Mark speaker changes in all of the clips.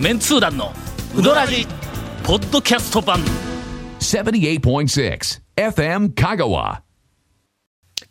Speaker 1: メンツー団のウドラジポッドキャスト版
Speaker 2: 78.6 FM Kagawa.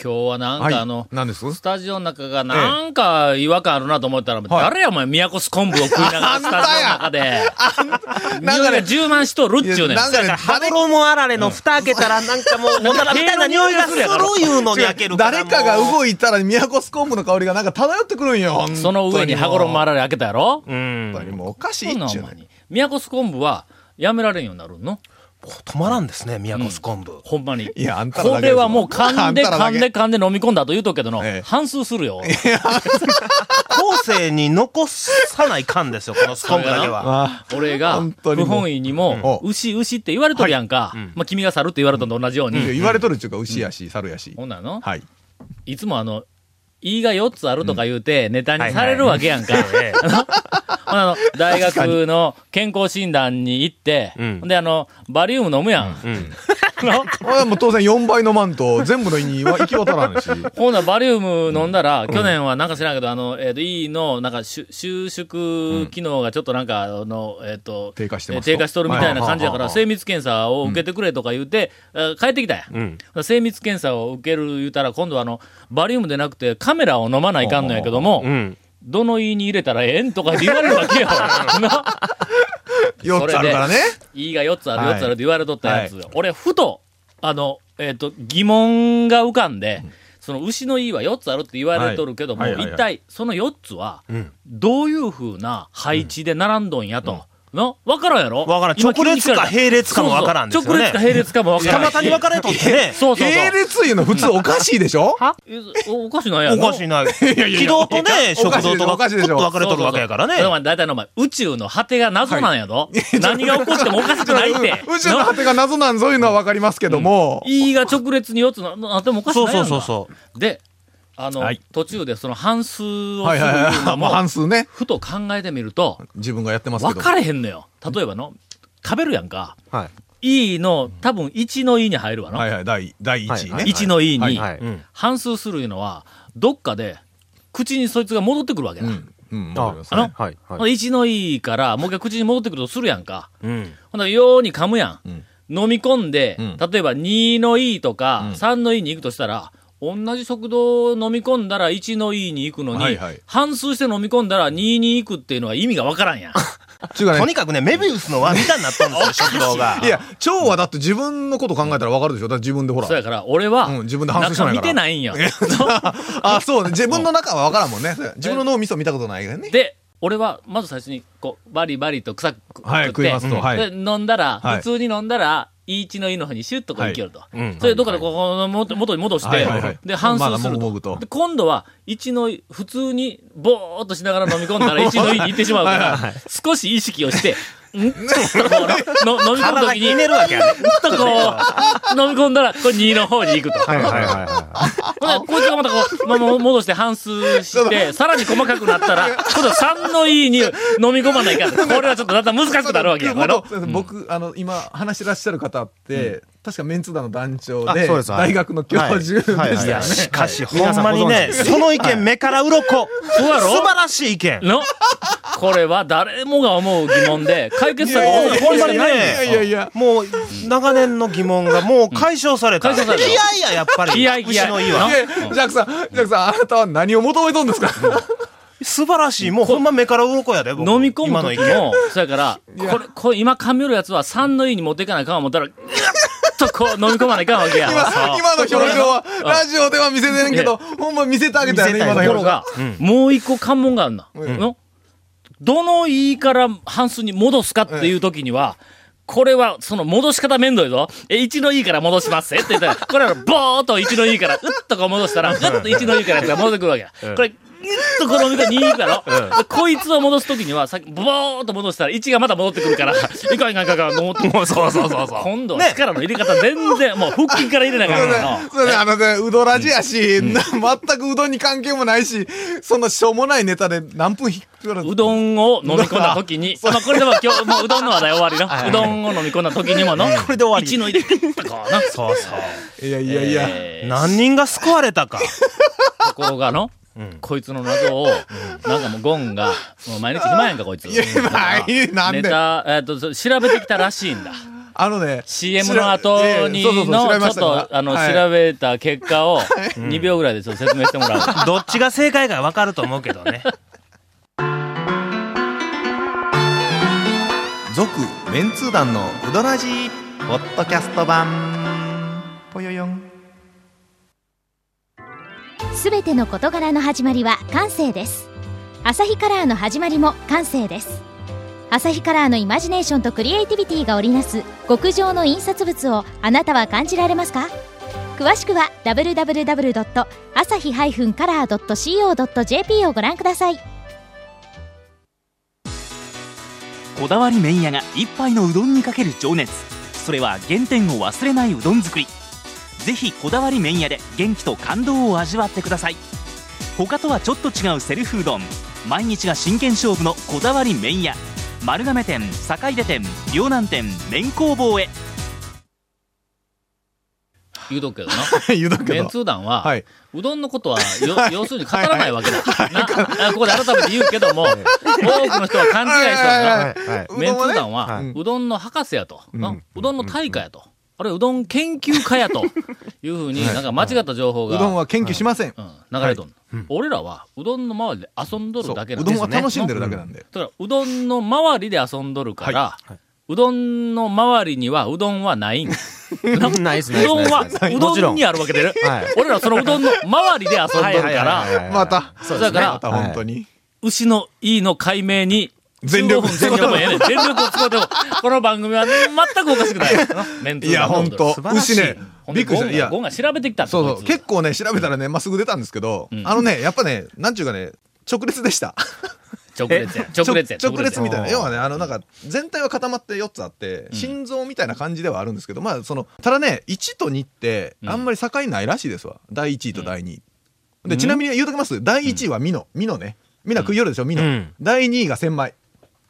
Speaker 1: 今日はなん
Speaker 3: はい
Speaker 1: かあの、
Speaker 3: 何です
Speaker 1: スタジオの中がなんか違和感あるなと思ったら、誰やお前、宮古ス昆布を食いながら スタジオの中で。
Speaker 3: なんか
Speaker 1: 匂い
Speaker 3: ね
Speaker 1: が充満しとるっちゅうねん。
Speaker 3: いやなんかね
Speaker 4: ハドロモアラレの蓋開けたらなんかもう、おならみたいな匂いがするいうのに開けるから。
Speaker 3: 誰かが
Speaker 4: い
Speaker 3: 動いたら宮古スコンブの香りがなんか漂ってくるんよ
Speaker 1: その上に羽衣もあられ開けたやろ
Speaker 4: う。うん。
Speaker 3: 本当にもうおかしい
Speaker 1: そんな
Speaker 3: っ
Speaker 1: お
Speaker 3: ちゅうね
Speaker 1: 前に。宮古ス昆布はやめられんようになるの
Speaker 4: 止まらんですね、宮古ス昆布。
Speaker 1: ほんまに。
Speaker 3: いやあんたらだ
Speaker 1: こ
Speaker 3: け
Speaker 1: れ
Speaker 3: ですよ
Speaker 1: はもう噛んで
Speaker 3: あんたら
Speaker 1: 噛
Speaker 3: だ
Speaker 1: ん
Speaker 3: け
Speaker 1: で噛んで飲み込んだと言うとくけどの
Speaker 3: ええ、
Speaker 1: 反数するよ。
Speaker 4: 後世に残さないかんですよ、このス昆布だけは。
Speaker 3: あ
Speaker 1: 俺が、
Speaker 3: 本当に
Speaker 1: 不
Speaker 3: もう
Speaker 1: 本意にも、
Speaker 3: う
Speaker 1: 牛牛って言われとるやんか。まあ、君が猿って言われたのと同じよう
Speaker 3: あいや
Speaker 1: に。
Speaker 3: 言われとるっちゅうか牛やし猿やし
Speaker 1: ほんなの
Speaker 3: はい
Speaker 1: いつもあの、胃が4つあるとか言うて、ネタにされるわけやんか。
Speaker 4: ええ
Speaker 1: ほんなあの、大学の健康診断に行って、
Speaker 4: うん
Speaker 1: ほんであの、バリウム飲むやん。
Speaker 4: うん。
Speaker 3: あもう当然4倍のマント全部の胃には行き渡らんし
Speaker 1: ほんならバリウム飲んだら、去年はなんか知らんけど、あの、えっ、と、E の、なんか、収収縮機能がちょっとなんか、あの、えっ、と、
Speaker 3: 低下してますと
Speaker 1: えー低下しとるみたいな感じだか
Speaker 4: は
Speaker 1: ら、
Speaker 4: いはいはいはい
Speaker 1: 精密検査を受けてくれとか言うて、えー帰ってきたやん。
Speaker 4: うん。
Speaker 1: 精密検査を受ける言うたら、今度はあの、バリウムでなくてカメラを飲まないかんのやけども、
Speaker 4: うん。
Speaker 1: どの胃に入れたらええんとかって言われるわけ よ。な
Speaker 3: 4つあるからね
Speaker 1: 胃が4つある、
Speaker 3: はい
Speaker 1: 4つあるって言われとったやつ。俺、ふと、あの、えっ、と、疑問が浮かんで、その牛の胃は4つあるって言われとるけども、
Speaker 3: はいはいはいはい
Speaker 1: 一体その4つは
Speaker 4: ん、
Speaker 1: どういうふうな配置で並んどんやと。の分からんやろ
Speaker 4: わからん
Speaker 1: 今君に聞れた
Speaker 4: 直列か並列かもわからんですよ
Speaker 1: そう
Speaker 4: ね
Speaker 1: そう直列か並列かもわからん
Speaker 4: た
Speaker 1: し。
Speaker 4: またに分かれとってね。
Speaker 1: そうそうそう。
Speaker 3: 並列いうの普通おかしいでしょ
Speaker 1: はえおおかしないや
Speaker 4: お
Speaker 1: ろ
Speaker 4: かしいな。軌道とね、
Speaker 3: お
Speaker 4: 食
Speaker 3: かしい
Speaker 4: 堂
Speaker 3: でしょ
Speaker 4: と
Speaker 3: お
Speaker 4: か、
Speaker 3: かし
Speaker 4: ち
Speaker 3: い
Speaker 4: ょ
Speaker 3: で
Speaker 4: っ
Speaker 3: し
Speaker 4: と
Speaker 3: ょ。
Speaker 4: 分かれとるわけやからね。
Speaker 1: だいたいお前、宇宙の果てが謎なんやぞ。何が起こってもおかしくないって
Speaker 3: 宇宙の果てが謎なんぞいうのはわかりますけども、
Speaker 1: いが直列に4つななってもおかしく
Speaker 4: そう
Speaker 1: ないや
Speaker 4: そ
Speaker 1: ん
Speaker 4: う
Speaker 1: か
Speaker 4: そうそう。
Speaker 1: で、あの、
Speaker 3: はい
Speaker 1: 途中でその半数を
Speaker 3: はい
Speaker 1: する
Speaker 3: はいは
Speaker 1: の
Speaker 3: いもう
Speaker 1: も
Speaker 3: 半、数ね
Speaker 1: ふと考えてみると、
Speaker 3: 自分がやってますけ
Speaker 1: 分
Speaker 3: ど
Speaker 1: かれへんのよ。例えばの、食べるやんか。
Speaker 5: はい。
Speaker 1: E の、多分1の E に入るわの。
Speaker 3: はいはい第第1位ね、
Speaker 5: はいはい
Speaker 1: 1の E に、
Speaker 5: はい。
Speaker 4: うん。
Speaker 1: 半数するいうのは、どっかで、口にそいつが戻ってくるわけだ。
Speaker 3: うんうんわかりますね
Speaker 1: あの
Speaker 5: はい。はい。
Speaker 1: 1の E から、もう一回口に戻ってくるとするやんか。
Speaker 4: うん。
Speaker 1: ほんなら、ように噛むやん。
Speaker 3: ん
Speaker 1: 飲み込んで、
Speaker 3: ん
Speaker 1: 例えば2の E とか、3の E に行くとしたら、同じ食堂を飲み込んだら1の E に行くのに、
Speaker 3: はいはい
Speaker 1: 半数して飲み込んだら2に行くっていうのが意味がわからんやん。
Speaker 3: ちゅうかね
Speaker 4: とにかくね、メビウスの輪みたいになったんですよ、食堂が。
Speaker 3: いや、腸はだって自分のこと考えたらわかるでしょだって自分でほら
Speaker 1: そう。やから、俺は、
Speaker 3: うん自分で反省しないから
Speaker 1: 中見てないんや。
Speaker 3: あ、そうね。自分の中はわからんもんね。そうや自分の脳みそ見たことないからね。
Speaker 1: で、俺は、まず最初に、こう、バリバリと臭く食って、
Speaker 3: はい食いますと
Speaker 1: うん
Speaker 3: はい
Speaker 1: で飲んだら、
Speaker 3: はい
Speaker 1: 普通に飲んだら、1の E の方にシュッとこう行けると。
Speaker 4: うん
Speaker 1: それでどっかでここの元元に戻して、
Speaker 3: はいはいはい
Speaker 1: で、反数す
Speaker 3: まだも
Speaker 1: る
Speaker 3: ぐ
Speaker 1: と。
Speaker 3: もぐと
Speaker 1: で、今度は、1の E、普通に、ぼーっとしながら飲み込ん だら1の E に行ってしまうから、少し意識をして、んっとこうのの飲み込むと
Speaker 4: 体
Speaker 1: き
Speaker 4: が
Speaker 1: に、
Speaker 4: ひねるわけやね。
Speaker 1: ちょっとこう、飲み込んだら、これ2の方に行くと。
Speaker 5: はい。はい。は
Speaker 1: ほんでこいつがまたこう、ま、も戻して半数して、さらに細かくなったら、今度3の E に飲み込まないから、これはちょっとだんだん難しくなるわけやから。
Speaker 3: 僕僕、あの、今、話してらっしゃる方って、確かメンツ団の団長で、
Speaker 5: あそうですはい
Speaker 3: 大学の教授でしたよ
Speaker 5: はいはい
Speaker 3: ね
Speaker 5: はいい
Speaker 4: や、
Speaker 5: はい
Speaker 4: しかし、ほ
Speaker 5: 皆
Speaker 4: ん
Speaker 5: さん
Speaker 4: まにね、
Speaker 5: ご存知です
Speaker 4: その意見、目から鱗。
Speaker 1: そうやろ
Speaker 4: 素晴らしい意見。
Speaker 1: のこれは誰もが思う疑問で、解決策
Speaker 4: い
Speaker 1: は
Speaker 4: やいや
Speaker 1: これしか
Speaker 4: ほ
Speaker 1: な
Speaker 4: んま
Speaker 1: い
Speaker 4: に
Speaker 1: ん
Speaker 4: ね
Speaker 1: だ
Speaker 3: い
Speaker 1: よ。
Speaker 3: やいや。
Speaker 4: もう、長年の疑問がもう解消された。
Speaker 1: 解消された
Speaker 4: いやいや、やっぱり。
Speaker 1: いやいや
Speaker 4: 牛のいいわ
Speaker 1: な。
Speaker 3: でジャックさん、ジャックさん、あなたは何を求めとんですか
Speaker 4: 素晴らしい。もうほんま目から鱗やで、僕
Speaker 1: 飲み込む
Speaker 4: 今の意
Speaker 1: 時
Speaker 4: 見。
Speaker 1: も、そや から、これ、これ今噛み寄るやつは3の E に持っていかないかん思ったら、ぐっとこう飲み込まないかんわけや。
Speaker 3: 今、今の表情は、
Speaker 1: ん
Speaker 3: ラジオでは見せてんけど、ほんま見せてあげたよね、
Speaker 4: 見せた
Speaker 3: 今
Speaker 4: い
Speaker 3: の
Speaker 1: ところ
Speaker 3: 表情。
Speaker 1: が、もう一個関門があるな。のどの言いから半数に戻すかっていう時には、これは、その戻し方めんどいぞ。え、1のいいから戻しますって言ったら、これはボーっと1のいいから、うっとこう戻したら、うっと1のいいからやつが戻ってくるわけや。これ、うっとこの見た2いいから、こいつを戻す時には、さっき、ボーっと戻したら、1がまた戻ってくる から、いかんいかんいかんいかん、もう、そうそうそうそう。今度は力の入れ方全然、もう腹筋から入れなが
Speaker 3: そうね
Speaker 1: らの。
Speaker 3: そうね、あのね、うどらじやし、な全くうどんに関係もないし、そんなしょうもないネタで何分引くから。
Speaker 1: うどんを飲み込んだ時 に、まあこれでも今日、もううどんの話題終わりな。うどんを飲み込んだ時にもの、
Speaker 4: これで終わり
Speaker 1: 一の入れとこうな。
Speaker 4: そうそう。
Speaker 3: いやいやいや。
Speaker 1: えー
Speaker 4: 何人が救われたか。
Speaker 1: ところがの、こいつの謎を、なんかもうゴンが、もう毎日暇やんか、こいつ。
Speaker 3: いやないなんで
Speaker 1: ネタ、えっと、そ調べてきたらしいんだ。
Speaker 3: あのね。
Speaker 1: CM の後に
Speaker 3: ええそうそうそう
Speaker 1: の、
Speaker 3: 調
Speaker 1: ち
Speaker 3: べ
Speaker 1: ょ
Speaker 3: ま
Speaker 1: っ
Speaker 3: したから
Speaker 1: と、あの、
Speaker 3: はい
Speaker 1: 調べた結果を、2秒ぐらいでちょっと説明してもらう。
Speaker 4: どっちが正解か分かると思うけどね。
Speaker 3: 続メンツー団のウドラジーポッドキャスト版ぽよよん
Speaker 5: すべての事柄の始まりは感性ですアサヒカラーの始まりも感性ですアサヒカラーのイマジネーションとクリエイティビティが織りなす極上の印刷物をあなたは感じられますか詳しくは www.asahi-color.co.jp をご覧ください
Speaker 6: こだわり麺屋が一杯のうどんにかける情熱それは原点を忘れないうどん作りぜひこだわり麺屋で元気と感動を味わってください他とはちょっと違うセルフうどん毎日が真剣勝負のこだわり麺屋丸亀店坂出店両南店麺工房へ
Speaker 1: 言うとくけどな。
Speaker 3: 言うだけ
Speaker 1: メン
Speaker 3: ど
Speaker 1: ツー団は、
Speaker 3: はいう
Speaker 1: どんのことは よ、要するに語らないわけだ。なあここで改めて言うけども、多くの人は勘違いしたんだ。
Speaker 3: はいう
Speaker 1: メンツ
Speaker 3: どんは
Speaker 1: ー団は、
Speaker 3: ね
Speaker 1: うどんの博士やと、
Speaker 3: ん
Speaker 1: なうどんの大家やと、あるいはうどん研究家やというふうに、なんか間違った情報
Speaker 3: うどん
Speaker 1: が、
Speaker 3: は研究しません
Speaker 1: うん、流れとんの、俺らはうどんの周りで遊んど
Speaker 3: そ
Speaker 1: る
Speaker 3: う
Speaker 1: だけな
Speaker 3: うん
Speaker 1: で
Speaker 3: ど
Speaker 1: す
Speaker 3: んは楽しんでるだけなんで
Speaker 1: だからうどんの周りで遊んどるから、うどんの周りにはうどんはないん
Speaker 7: ないです
Speaker 1: うどんは、う
Speaker 7: もち
Speaker 1: ど
Speaker 7: ろ
Speaker 1: ん
Speaker 7: ん。
Speaker 1: にあるわけでね
Speaker 7: はい。
Speaker 1: 俺らそのうどんの周りで遊んどるから、
Speaker 3: また
Speaker 1: そうですね
Speaker 3: また本当に
Speaker 1: 牛の E の解明に、
Speaker 3: 全
Speaker 1: 15
Speaker 3: 力
Speaker 1: 分使ってもええ ねん。全力を使っても、この番組は全くおかしくない。メンツー
Speaker 3: いや
Speaker 1: 団
Speaker 3: 本当
Speaker 1: 素晴らしい
Speaker 3: 牛ね
Speaker 1: ほん
Speaker 3: び
Speaker 1: で
Speaker 3: っくりしたいや
Speaker 1: ゴンがゴンが調べてきたって
Speaker 3: そう
Speaker 1: こ
Speaker 3: そ
Speaker 1: いうつ
Speaker 3: 結構ね調べたらねまっすぐ出たんですけど
Speaker 1: ん
Speaker 3: あのねやっぱねなんちゅうかね直列でした
Speaker 1: 直列 や。直列や。
Speaker 3: 直列みたいな
Speaker 1: や
Speaker 3: 要はねあのなんか全体は固まって4つあって心臓みたいな感じではあるんですけどまあそのただね1と2ってあんまり境ないらしいですわ第1位と第2位でちなみに言うときます第1位はミノミノねみんな食いよるでしょミノ
Speaker 4: うん
Speaker 3: 第2位が千枚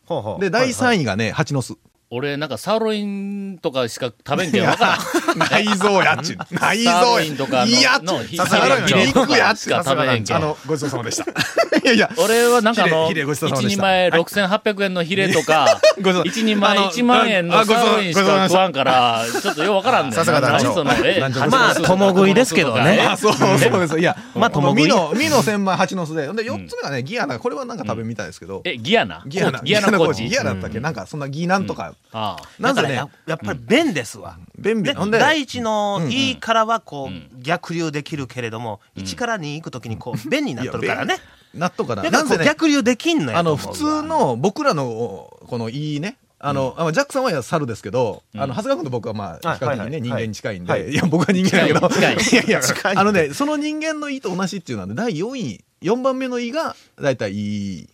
Speaker 7: ほうほう
Speaker 3: で第3位がね蜂の巣
Speaker 1: 俺なんかサーロインとかしか食べんけんわからん。
Speaker 3: 内臓や っちゅう内臓
Speaker 1: サーロインとかの
Speaker 3: いやっちゅ
Speaker 1: の
Speaker 3: う
Speaker 1: ひ
Speaker 3: サーロ
Speaker 1: ひ
Speaker 3: イ
Speaker 1: れ
Speaker 3: ン
Speaker 1: とか
Speaker 3: 肉やっちゅう
Speaker 1: しか食べへんけん
Speaker 3: あのごちそうさまでした いやいや
Speaker 1: 俺はなんかあの、
Speaker 3: ヒレヒレご
Speaker 1: 一
Speaker 3: ちそうさまでし
Speaker 1: 人
Speaker 3: た
Speaker 1: 前6800円のヒレと か、
Speaker 3: ごちそう
Speaker 1: 一人前
Speaker 3: あの
Speaker 1: 1万円の
Speaker 3: あ
Speaker 1: サ
Speaker 3: ごちそう
Speaker 1: ーロインしか食わんから、ちょっとようわからんねん。
Speaker 7: さすが団長
Speaker 1: 何そのえ
Speaker 3: 団
Speaker 1: 蜂
Speaker 3: 長
Speaker 1: の巣
Speaker 4: まあ
Speaker 1: とか
Speaker 4: 共食いですけどね
Speaker 1: え
Speaker 3: あそうそうですいや
Speaker 4: まあ
Speaker 3: この
Speaker 4: 共食い
Speaker 3: ミノミノ千枚蜂の巣でほんで4つ目がねギアナこれはなんか食べみたいですけど
Speaker 1: え、ギアナ
Speaker 3: ギアナ
Speaker 1: ギアナコーチ。
Speaker 3: ギアナだったっけなんかそんなギなんとか
Speaker 1: ああ。
Speaker 3: なん
Speaker 4: だ
Speaker 3: せ
Speaker 4: から
Speaker 3: ね
Speaker 4: ややっぱり便ですわ。
Speaker 3: 便
Speaker 4: で
Speaker 3: 秘ほんで
Speaker 4: 第一のいいからはこう逆流できるけれども、一からに行くときにこう便になっとるからね。
Speaker 3: 納豆かな
Speaker 4: だ
Speaker 3: な
Speaker 4: から
Speaker 3: ん
Speaker 4: こ
Speaker 3: せ
Speaker 4: う
Speaker 3: ね
Speaker 4: 逆流できんのや
Speaker 3: あ
Speaker 4: と
Speaker 3: の
Speaker 4: 思うわ
Speaker 3: 普通の僕らのこのいいねあの、あジャックさんは猿ですけど、あの長谷川君と僕はまあ
Speaker 7: はい
Speaker 3: 比較的ね、
Speaker 7: はいはい
Speaker 3: 人間に近いんで、、
Speaker 7: はいい
Speaker 3: や僕は人間だけど
Speaker 1: 近い近
Speaker 3: いやい
Speaker 7: 近い
Speaker 3: やあのねその人間のいいと同じっていうのは、ね、第4位4番目のいいが大体いい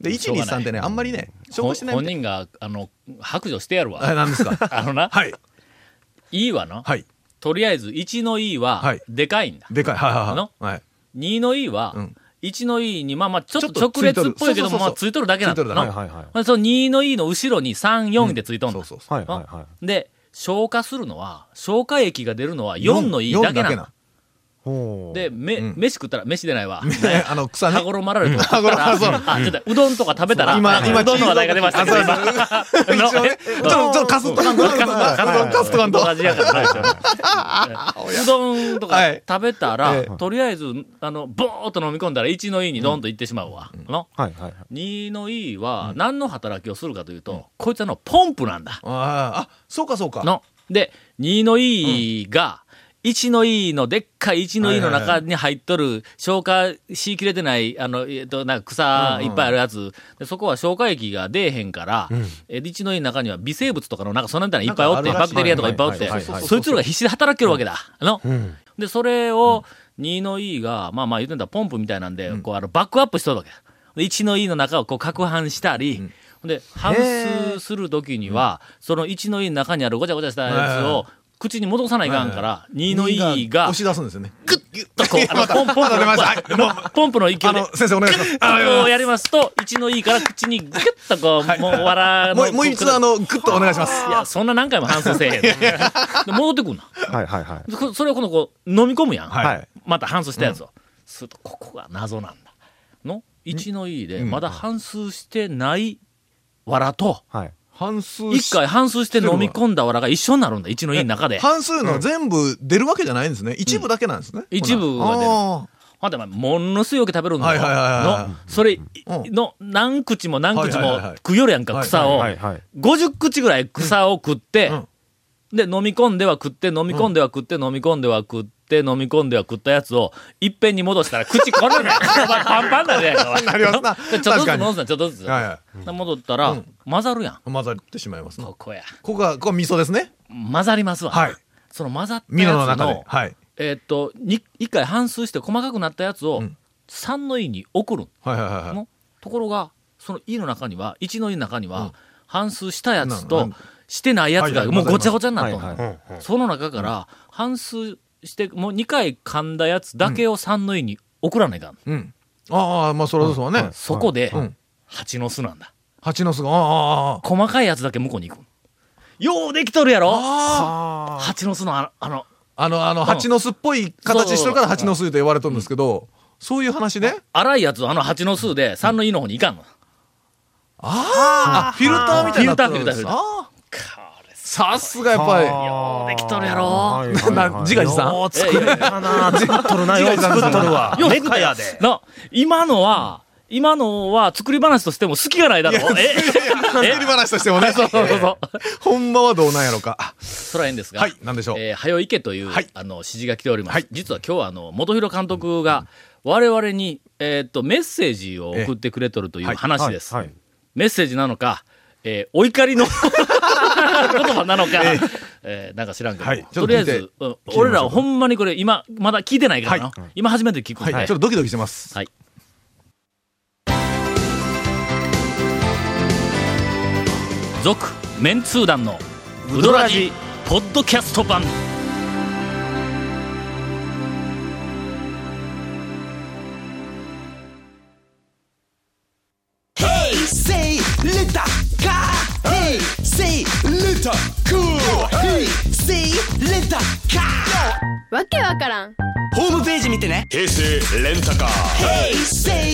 Speaker 3: で
Speaker 1: しょうがない
Speaker 3: 123ってねあんまりね勝負してない
Speaker 1: 本
Speaker 3: みたい
Speaker 1: 人が、あの、白状してやる
Speaker 3: あ
Speaker 1: わ。
Speaker 3: なんですか
Speaker 1: あのな、
Speaker 3: はい
Speaker 1: いいわな。
Speaker 3: はい
Speaker 1: とりあえず、1のいい
Speaker 3: は、
Speaker 1: はいでかいんだ。
Speaker 3: でかいはい
Speaker 1: あ
Speaker 3: は
Speaker 1: の
Speaker 3: いはいはい
Speaker 1: 2のいいは
Speaker 3: うん、
Speaker 1: 1のいいに、まあまあ、ちょっ
Speaker 3: ちょ
Speaker 1: と
Speaker 3: っとつ
Speaker 1: 直
Speaker 3: い
Speaker 1: 列
Speaker 3: と
Speaker 1: っ
Speaker 3: る
Speaker 1: ぽいけども、
Speaker 3: そうそうそうそう
Speaker 1: まあ、ついとるだけなんだ
Speaker 3: ついとるだ
Speaker 1: な
Speaker 7: はいはいはい。
Speaker 1: まあその2の E の後ろに3、4でついとんだ
Speaker 3: そうそうそう
Speaker 7: はいはいはい。
Speaker 1: で、消化するのは、消化液が出るのは4の E だけなの。
Speaker 7: ほう。
Speaker 1: で、め、
Speaker 3: ん
Speaker 1: 飯食ったら、飯でないわ。
Speaker 3: ねあの草ね
Speaker 1: 羽衣まられとか食
Speaker 3: 羽
Speaker 1: ったら、
Speaker 3: 衣そう
Speaker 1: あ、ちょっと、うどんとか食べたら、
Speaker 3: 今
Speaker 1: なんか
Speaker 3: 今
Speaker 1: うどんの話題が出ましたけど、今。
Speaker 3: 一応ねちょっとちょっとカスッとかんとカスッとかんとカスッとかんと
Speaker 1: 同じやからな一緒にうどんとか
Speaker 3: はい
Speaker 1: 食べたら、
Speaker 3: え
Speaker 1: とりあえず、あの、ぼーっと飲み込んだら、1の E にどんと行ってしまうわ。の
Speaker 7: はいはいはい。
Speaker 1: 2の E は、何の働きをするかというと、こいつはあの、ポンプなんだ。
Speaker 3: あーあそうかそうか
Speaker 1: の。で、2の E が、1の E の、でっかい1の E の中に入っとる、消化しきれてない、あの、えっと、なんか草いっぱいあるやつ、でそこは消化液が出えへんから、え1の E の中には微生物とかの、なんかそんなんみたいないっぱいおって、
Speaker 3: なんか
Speaker 1: バ
Speaker 3: あるらし
Speaker 1: ク
Speaker 3: い
Speaker 1: テリアとかいっぱいおっ
Speaker 7: は
Speaker 1: て
Speaker 7: いはいはいは、い
Speaker 1: そいつらが必死で働けるわけだ。の。で、それを、2の E が、まあまあ言うてんだらポンプみたいなんで、こう、あの、バックアップしとるわけ。で、1の E の中をこう、攪拌したり、で、反数するときには、その1の E の中にあるごちゃごちゃしたやつを、口に戻さないかんから、2の E が
Speaker 3: 押、し出すんですよね
Speaker 1: グッとこう、あの、ポンポン
Speaker 3: また出ましたはいもう
Speaker 1: ポン、ポンプの勢いで、
Speaker 3: あの先生お願いしますあ
Speaker 1: こうやりますと、1の E から口にグッとこう、もう笑
Speaker 3: もうもう一度あ、のグッとお願いします
Speaker 1: いや、そんな何回も反数せえへん。で戻ってくんな。
Speaker 7: はいはいはい。
Speaker 1: そそれをこのこう飲み込むやん。
Speaker 3: はい
Speaker 1: また反芻したやつを。するとここが謎なんだの1の E でまだ半数してないわらと
Speaker 7: はい。
Speaker 3: 半数
Speaker 1: 1回半数して飲み込んだわらが一緒になるんだ1の E の中で
Speaker 3: 半数の全部出るわけじゃないんですね。一部だけなんですね。
Speaker 1: 一部が出る
Speaker 3: は
Speaker 1: ほんでお前ものすごいよく食べるんだ
Speaker 3: はい
Speaker 1: よ
Speaker 3: はいはいはい
Speaker 1: のそれい
Speaker 3: うん
Speaker 1: の何口も何口
Speaker 3: はいは
Speaker 1: も
Speaker 3: いはいはい
Speaker 1: 食うよるやんか
Speaker 3: はい
Speaker 1: 草を
Speaker 7: はいはい。
Speaker 1: 50口ぐらい草を食って、
Speaker 3: うん
Speaker 1: で、飲み込んでは食って、飲み込んでは食って、飲み込んでは食って、飲み込んでは食ったやつを、いっぺんに戻したら、口こ れね、パンパンだね。
Speaker 3: なりますな
Speaker 1: ちょっとず
Speaker 3: 確
Speaker 1: つ
Speaker 3: か
Speaker 1: 飲
Speaker 3: に
Speaker 1: んだ、ちょっとずつ。
Speaker 3: いはいは
Speaker 1: で戻ったら、
Speaker 3: うん
Speaker 1: 混ざるやん。
Speaker 3: い。混ざってしまいますね。
Speaker 1: ここや。
Speaker 3: ここが、ここが味噌ですね。
Speaker 1: 混ざりますわ。
Speaker 3: はい。
Speaker 1: その混ざった
Speaker 3: ミ
Speaker 1: やつ
Speaker 3: ノ
Speaker 1: の、
Speaker 3: の中で。はい。
Speaker 1: えーっと、に一回半数して細かくなったやつを、
Speaker 3: うん
Speaker 1: 3の位に送るん
Speaker 3: はいはいはいはい。
Speaker 1: の。ところが、その位の中には、1の位の中には、
Speaker 3: うん
Speaker 1: 半数したやつ
Speaker 3: な
Speaker 1: と
Speaker 3: ん、
Speaker 1: してないやつが、
Speaker 3: はいはい
Speaker 1: もうごちゃごちゃになっ
Speaker 7: は
Speaker 1: とん
Speaker 7: い
Speaker 1: の。
Speaker 7: はい。
Speaker 1: その中から、半数して、もう2回噛んだやつだけを3の位に送らないかん。
Speaker 3: うん。ああ、まあそれはそうだね。
Speaker 1: そこで
Speaker 3: うん、
Speaker 1: 蜂の巣なんだ。
Speaker 3: 蜂の巣が、ああ、ああ、
Speaker 1: 細かいやつだけ向こうに行く。ようできとるやろ
Speaker 3: ああ。
Speaker 1: 蜂の巣のあの、あの、
Speaker 3: あの、あの、蜂の巣っぽい形してるから蜂の巣と言われとるんですけど、そういう話ね。
Speaker 1: 荒いやつ、あの蜂の巣で3の位の方に行かんの。
Speaker 3: ああ、フィルターみたいになってるんです
Speaker 1: フィルターフィルターフィルター
Speaker 3: ああ
Speaker 1: かれ
Speaker 3: さすがやっぱり。
Speaker 1: ようできとるやろ
Speaker 7: はいはいはい
Speaker 3: な自画自賛
Speaker 7: よう
Speaker 1: ええ
Speaker 4: あなあ、作っとる な、よう作っとるわ。
Speaker 1: よう
Speaker 4: メ
Speaker 1: 作った
Speaker 4: カや
Speaker 1: や
Speaker 4: で。
Speaker 1: つ。な、今のは、今のは作り話としても好きがないだろええ
Speaker 3: 作り話としても ね。
Speaker 1: そうそうそう。
Speaker 3: ほんまはどうなんやろか。
Speaker 1: そらええんですが。
Speaker 3: はい、なんでしょう。
Speaker 1: えー、はよいけという、
Speaker 3: はい
Speaker 1: あの、指示が来ております。
Speaker 3: はい
Speaker 1: 実は今日は、あの、元広監督が、我々に、えーっと、メッセージを送ってくれとるという
Speaker 3: ええ
Speaker 1: 話です。
Speaker 7: はいはい
Speaker 1: メッセージなのか、えーお怒りの 言葉なのか、えーなんか知らんけど、
Speaker 3: はいちょっと
Speaker 1: とりあえ
Speaker 3: 聞い
Speaker 1: ず
Speaker 3: て、
Speaker 1: うん
Speaker 3: 聞いてみましょう
Speaker 1: 俺らはほんまにこれ、今、まだ聞いてないからな。今初めて聞くん
Speaker 3: は
Speaker 1: で、
Speaker 3: い、ちょっとドキドキしてます。
Speaker 1: はい続メンツー団のウドラジポッドキャスト版
Speaker 8: わけわからん
Speaker 9: 平成レンタカー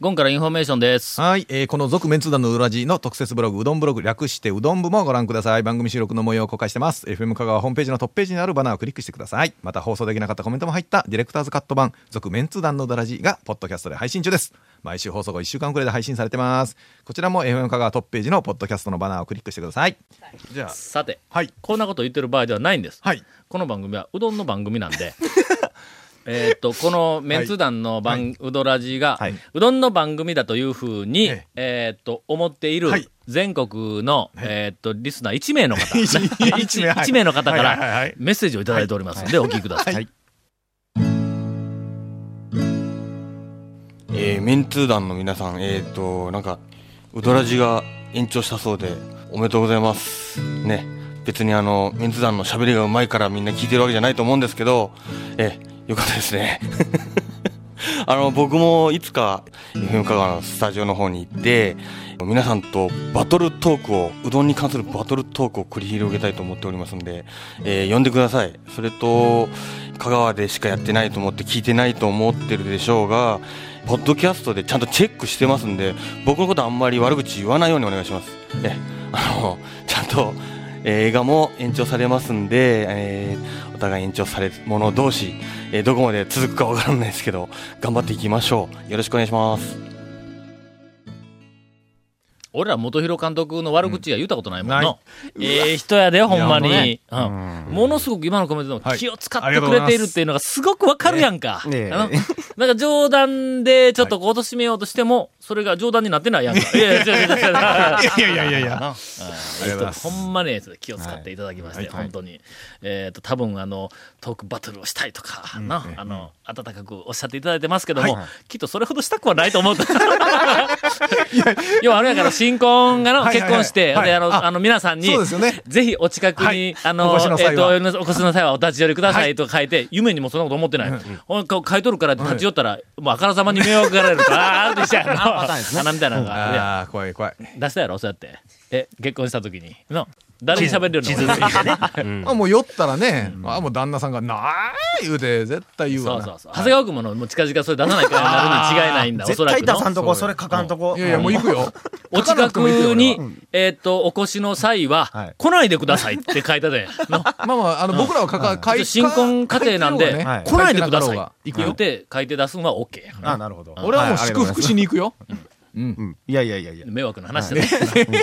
Speaker 1: 今からインフォメーションです。
Speaker 3: はい、えーこの続メンツー団の裏地の特設ブログ、うどんブログ、略してうどん部もご覧ください。番組収録の模様を公開してます。FM 香川ホームページのトップページにあるバナーをクリックしてください。また放送できなかったコメントも入ったディレクターズカット版、続メンツー団の裏地が、ポッドキャストで配信中です。毎週放送後1週間くらいで配信されてます。こちらも FM 香川トップページのポッドキャストのバナーをクリックしてください。じゃあ、
Speaker 1: さて、
Speaker 3: はい。
Speaker 1: こんなこと言ってる場合ではないんです。
Speaker 3: はい。
Speaker 1: この番組はうどんの番組なん で、えーっと、このメンツ団の番、うどらじが、
Speaker 3: はい。
Speaker 1: うどんの番組だというふうに、
Speaker 3: え
Speaker 1: えーっと、思っている
Speaker 3: はい
Speaker 1: 全国の、えーっと、リスナー1名の方、
Speaker 3: 一名
Speaker 1: 一
Speaker 3: はい
Speaker 1: 一名の方か
Speaker 3: はいはいはいは
Speaker 1: ら
Speaker 3: い
Speaker 1: メッセージをいただいておりますので、お聞きください。
Speaker 3: はい
Speaker 10: えー、メンツー団の皆さん、えっ、ー、と、なんか、ウドラジが延長したそうで、おめでとうございます。ね、別にあの、メンツー団の喋りがうまいからみんな聞いてるわけじゃないと思うんですけど、えー、よかったですね。あの、僕もいつか、FM 香川のスタジオの方に行って、皆さんとバトルトークを、うどんに関するバトルトークを繰り広げたいと思っておりますので、えー呼んでください。それと、香川でしかやってないと思って聞いてないと思ってるでしょうが、ポッドキャストでちゃんとチェックしてますんで、僕のことあんまり悪口言わないようにお願いします。え、あの、ちゃんと、えー映画も延長されますんで、えーお互い延長されるもの同士、えーどこまで続くかわからないですけど、頑張っていきましょう。よろしくお願いします。
Speaker 1: 俺ら元広監督の悪口は言ったことないもん
Speaker 3: な
Speaker 1: の
Speaker 3: い。
Speaker 1: ええ人やで、ほんまに。
Speaker 3: いや
Speaker 1: うんものすごく今のコメントでも
Speaker 3: はい
Speaker 1: 気を使ってくれているっていうのがすごくわかるやんか。
Speaker 7: ねえ
Speaker 1: あの なんか冗談でちょっとこう貶めようとしても、それが冗談になってないやんか。いやいや違う違う違う
Speaker 3: いやいやいやい
Speaker 1: な
Speaker 3: や。りがとうございま
Speaker 1: ほ
Speaker 3: す
Speaker 1: んまね、気を使っていただきまして、本当に。えっと、多分あの、トークバトルをしたいとか、 な、あの、温かくおっしゃっていただいてますけども、きっとそれほどしたくはないと思う。要はあれやから、新婚がの、
Speaker 3: はいはい
Speaker 1: 結
Speaker 3: はい
Speaker 1: 婚して、
Speaker 3: はい
Speaker 1: で、あの、
Speaker 3: あ
Speaker 1: あの、皆さんに
Speaker 3: そうですよね、
Speaker 1: ぜひお近く
Speaker 3: は
Speaker 1: に
Speaker 3: い、
Speaker 1: あの、
Speaker 3: お越しの
Speaker 1: えっ
Speaker 3: 際
Speaker 1: と
Speaker 3: は、
Speaker 1: お越しの際はお立ち寄りくださいと書いて、夢にもそんなこと思ってない。ほんこう書いとるから立ち寄ったら、もうあからさまに迷惑がられるから、あーってしたやろ。花みたいなのがあるやん。
Speaker 3: ああ、怖い怖い。
Speaker 1: 出したやろ、そうやって。え、結婚した時に。の、誰に喋れるの
Speaker 4: 地図ついてね。
Speaker 3: あもう酔ったらね、あもう旦那さんが、なーい言うて、絶対言 う
Speaker 1: そ
Speaker 3: わ
Speaker 1: う
Speaker 3: な。
Speaker 1: そうそう。長谷川君ものもう近々それ出さないからなるに違いないんだ、おそ
Speaker 7: 絶
Speaker 1: らく
Speaker 7: 対
Speaker 1: の
Speaker 7: 出。さんとこ、それ書かんとこ。
Speaker 3: いやいや、もう行くよ。
Speaker 1: お近くに、えーっと、お越しの際
Speaker 7: は、
Speaker 1: はい来ないでくださいって書いたで。の
Speaker 3: まあまあ、あの、僕らはかか、かい
Speaker 1: 新婚家庭なんで、
Speaker 7: はい
Speaker 1: 来ないでください。
Speaker 3: 行く
Speaker 1: 言う
Speaker 3: よ。
Speaker 1: て、書いて出すのは OK やから
Speaker 7: あ、なるほど。
Speaker 3: 俺はもう祝福しに行くよ。
Speaker 7: うん。いやいやいやいや。
Speaker 1: 迷惑な話だね。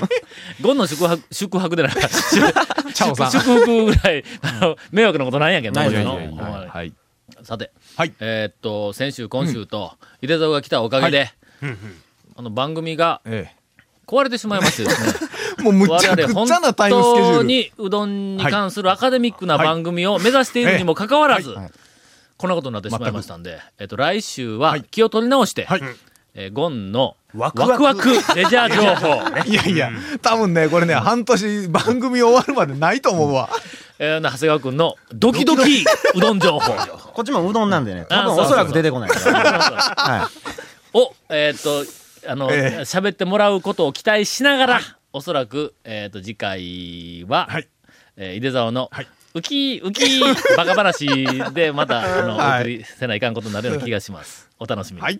Speaker 1: ゴンの宿泊、宿泊でない。祝
Speaker 3: チャオさん。
Speaker 1: 福ぐらい、あの、迷惑なことないんやけど、
Speaker 7: ない
Speaker 1: もちろん
Speaker 7: ないない
Speaker 1: ほんまに
Speaker 3: はい。
Speaker 1: さて、
Speaker 3: はい
Speaker 1: えーっと、先週、今週と、井出蔵が来たおかげで、あの、番組が
Speaker 3: え
Speaker 1: 壊れてしまいましてですね。
Speaker 3: え。 もうむ
Speaker 1: 我
Speaker 3: ちゃく
Speaker 1: 々本
Speaker 3: ちゃなタイムスケジュ
Speaker 1: 当
Speaker 3: ール。
Speaker 1: にうどんに関するアカデミックな番組を目指しているにもかかわらず、こんなことになってしまいましたんで、えっと、来週は気を取り直して、えーゴンのワ
Speaker 4: ワ
Speaker 1: ク
Speaker 4: ク
Speaker 1: ワ
Speaker 4: ワ
Speaker 1: ク
Speaker 4: ク
Speaker 1: レジャー情報、
Speaker 3: いやいや、多分ね、これね、半年番組終わるまでないと思うわ。
Speaker 1: えー長谷川くんのドキドキうどん情報
Speaker 7: こっちもうどんなんでね、
Speaker 1: あ
Speaker 7: 多分
Speaker 1: そうそう
Speaker 7: おそらく出てこないから。は
Speaker 1: を、えっと、あの、
Speaker 3: ええ
Speaker 1: 喋ってもらうことを期待しながら、おそらく、えっと、次回は、
Speaker 3: はい
Speaker 1: えー、井出沢の、ウキウキバカ話でまた、あの、
Speaker 3: はい
Speaker 1: お送りせないかんことになるような気がします。お楽しみに。
Speaker 3: はい